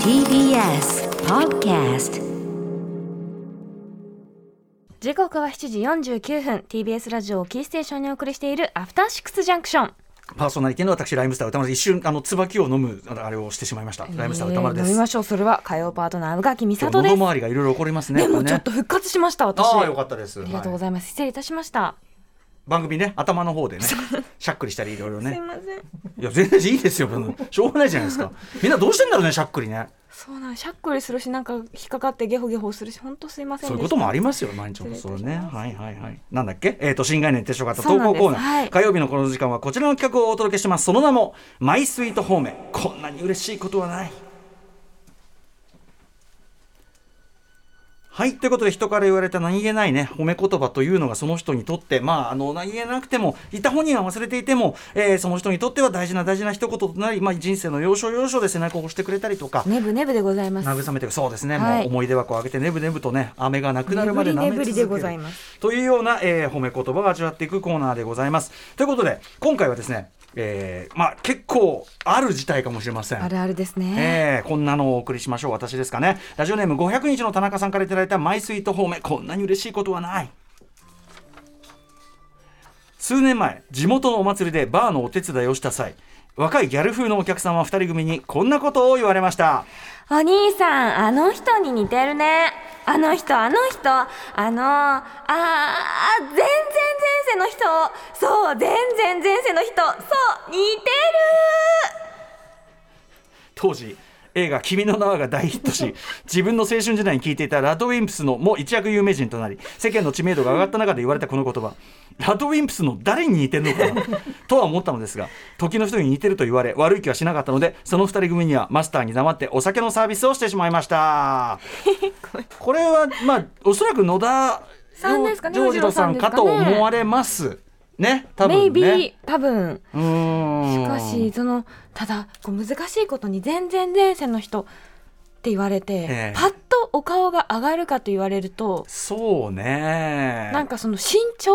TBS Podcast 時刻は7時49分 TBS ラジオをキーステーションにお送りしているアフターシックスジャンクションパーソナリティの私ライムスター歌丸です一瞬あの椿を飲むあのあれをしてしまいましたライムスター歌丸でえー飲みす、ましょうそれは火曜パートナー宇垣美今里日です喉周りがいろいろ起こりますねでもちょっこと復活しましたれね私あああよかったですりがとうごはいざいます失礼いたしました番組ね頭の方でねしゃっくりしたりいろいろすいねませんいや全然いいですよもうしょうがないじゃないですかみんなどうしてんだろうねしゃっくりねそうなんしゃっくりするしなんか引っかかってゲホゲホするし本当すいませんそうでいうしこたともありますよ、毎日放送ね。はいはいはい。なんだっけえっ、と、新概念提唱型そう投なん稿ですコーナー、はい火曜日のこの時間はこちらの企画をお届けしてます。その名も、マイスイート方面。こんなに嬉しいことはない。はい。ということで、人から言われた何気ないね、褒め言葉というのがその人にとって、まあ、あの、何気なくても、いた本人は忘れていても、えーその人にとっては大事な大事な一言となり、まあ、人生の要所要所で背中を押してくれたりとか、ネブネブでございます慰めてそうですね、はいもう思い出箱を開けてねぶねぶとね飴がなくなるまで舐め続けるねぶりねぶりでございますというような、えー褒め言葉を味わっていくコーナーでございますということで今回はですね、えーまあ結構ある事態かもしれませんあるあるですね、えーこんなのをお送りしましょう私ですかねラジオネーム500日の田中さんからいただいたマイスイート方面こんなに嬉しいことはない数年前地元のお祭りでバーのお手伝いをした際若いギャル風のお客さんは2人組にこんなことを言われましたお兄さんあの人に似てるねあの人あの人あのあーあ全然前世の人そう全然前世の人そう似てる当時映画「君の名は」が大ヒット し自分の青春時代に聴いていたラドウィンプスのも一躍有名人となり世間の知名度が上がった中で言われたこの言葉ラドウィンプスの誰に似てるのか なとは思ったのですが時の人に似てると言われ悪い気はしなかったのでその2人組にはマスターに黙ってお酒のサービスをしてしまいましたこれはまあおそらく野田さんですかねジョージロさんかと思われますね多分ね Maybe 多分うーんしかしそのただこう難しいことに全然前世の人って言われて、ええパッとお顔が上がるかと言われるとそうねなんかその身長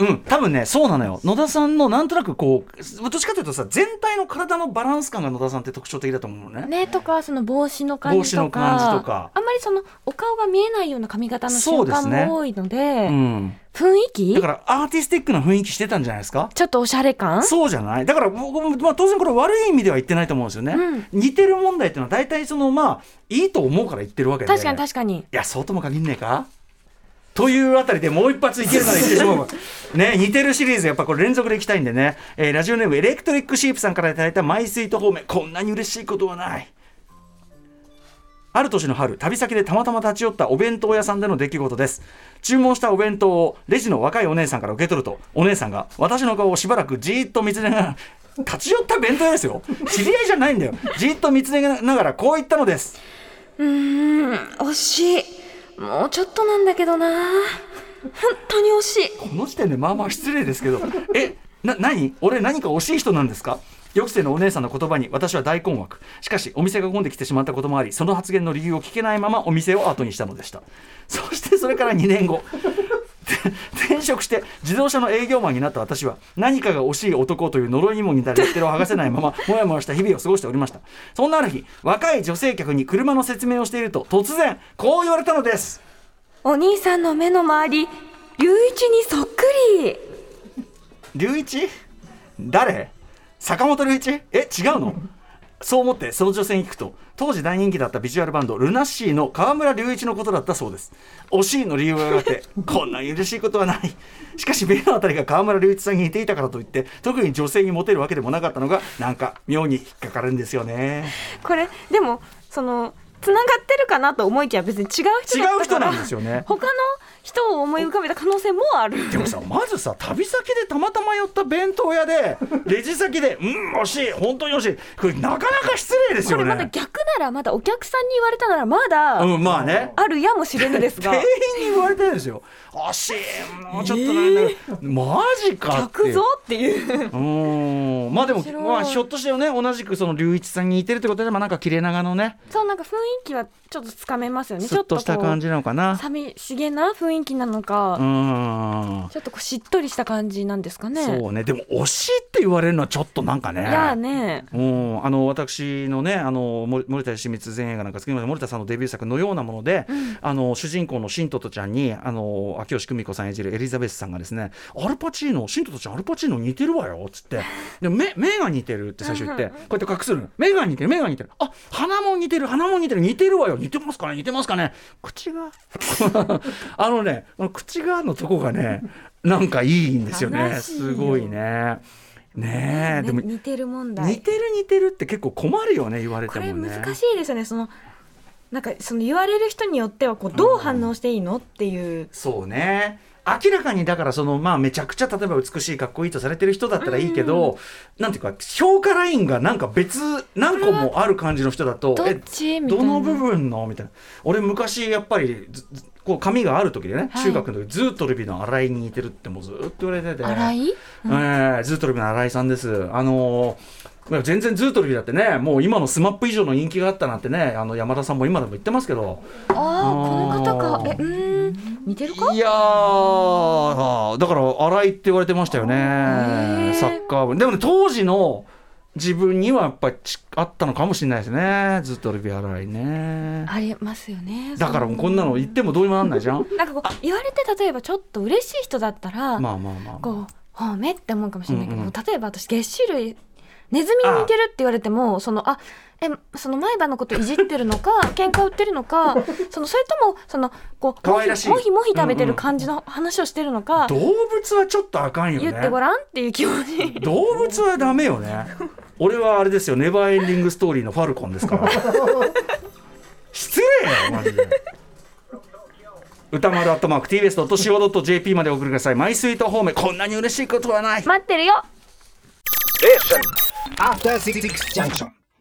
うん、多分ね、そうなのよ。野田さんのなんとなくこう、どっちかというとさ、全体の体のバランス感が野田さんって特徴的だと思うのね。ねとかその帽子の感じとか帽子の感じとかあんまりそのお顔が見えないような髪型のそう瞬です間ねも多いのでうん。雰囲気だからアーティスティックな雰囲気してたんじゃないですかちょっとおしゃれ感そうじゃないだから僕も、まあ、当然これ悪い意味では言ってないと思うんですよね。う似てる問題っていうのは大体そのまあ、いいと思うから言ってるわけで。確かに確かにいや、そうとも限んねえかというあたりでもう一発いけるならいってしまうね、似てるシリーズ、やっぱこれ連続でいきたいんでね、えーラジオネームエレクトリックシープさんからいただいたマイスイート方面、こんなに嬉しいことはない。ある年の春、旅先でたまたま立ち寄ったお弁当屋さんでの出来事です。注文したお弁当をレジの若いお姉さんから受け取ると、お姉さんが私の顔をしばらくじーっと見つめながら、立ち寄った弁当屋ですよ。知り合いじゃないんだよ。じーっと見つめながらこう言ったのです。うーん惜しいもうちょっとなんだけどな本当に惜しいこの時点でまあまあ失礼ですけどえな何俺何か惜しい人なんですか予期せぬお姉さんの言葉に私は大困惑しかしお店が混んできてしまったこともありその発言の理由を聞けないままお店を後にしたのでしたそしてそれから2年後 転職して自動車の営業マンになった私は何かが惜しい男という呪いにも似たレッテルを剥がせないままもやもやした日々を過ごしておりましたそんなある日若い女性客に車の説明をしていると突然こう言われたのですお兄さんの目の周り龍一にそっくり龍一誰坂本龍一え違うのそう思ってその女性に聞くと当時大人気だったビジュアルバンドルナッシーの河村隆一のことだったそうです惜しいの理由が上がって こんなに嬉しいことはないしかし目のあたりが河村隆一さんに似ていたからといって特に女性にモテるわけでもなかったのがなんか妙に引っかかるんですよねこれでもそのつながってるかなと思いきや別に違う人だったから違う人なんですよね他の人を思い浮かべた可能性もあるでもさまずさ旅先でたまたま寄った弁当屋でレジ先で「うん惜しい本当に惜しい」これなかなか失礼ですこよれねまた逆ならまだお客さんに言われたならまだ、うん、まあね。あるやもしれぬですが店員に言われてるんですよ。惜しい、もうちょっとなんだけど、マジかっ客ていう。ぞっていううーんまあでも面、白いまあ、ひょっとしてね同じくその龍一さんに似てるってことで、まあ、なんか切れ長のねそうなんか雰囲気はちょっとつかめますよねスッとした感じじなのかな寂しげな雰囲気なのか、うーんちょっとこうしっとりした感じなんですかねそうねでも惜しいって言われるのはちょっとなんかねいやーねうん、あの私のねあの森森田清光前映画なんか作りました森田さんのデビュー作のようなもので、あの主人公の新トトちゃんにあの秋吉久美子さん演じるエリザベスさんがですねアルパチーノ新トトちゃんアルパチーノ似てるわよっつってで目目が似てるって最初言ってこうやって隠すの目が似てる目が似てるあ鼻も似てる鼻も似てる似てるわよ似てますかね似てますかね口が あのね口がのとこがねなんかいいんですよね悲しいよすごいね。ねねえ、でも似てる問題似てる似てるって結構困るよね言われこてもねれ難しいですよねそのなんかその言われる人によってはこうどう反応していいのっていう、そうね明らかにだからそのまあめちゃくちゃ例えば美しいかっこいいとされてる人だったらいいけど、なんていうか評価ラインがなんか別何個もある感じの人だとどっえちみたいどなの部分のみたいな俺昔やっぱりずずこう髪がある時でね、はい中学の時ずっとルビーの新井に似てるってもうずっと言われてて荒いえー、ズートルビの新井さんです。あのー全然ズートルビだってね、もう今のスマップ以上の人気があったなんてね、あの山田さんも今でも言ってますけど、あああーこの方かえうーん似てるかいやー、だから新井って言われてましたよねー、サッカー部。でもね、当時の自分にはやっぱりちあったのかもしれないですね、ズートルビ新井ね。ありますよねだからもうこんなの言ってもどうにもなんないじゃん。なんかこう言われて例えばちょっと嬉しい人だったら、まあまあまあまあ。こう褒めって思うかもしれないけど、うんうん例えば私げっ歯類ネズミに似てるって言われてもそのあえその前歯のこといじってる のか喧嘩売ってるのかそのそれともそのこう可愛らしいもひもひ食べてる感じの話をしてるのか、動物はちょっとあかんよね。言ってごらんっていう気持ち 動物はダメよね俺はあれですよネバーエンディングストーリーのファルコンですから 失礼よマジで歌丸アットマーク TBS.CO.JP までお送りくださいマイスイートホームこんなに嬉しいことはない待ってるよ After Six Junction.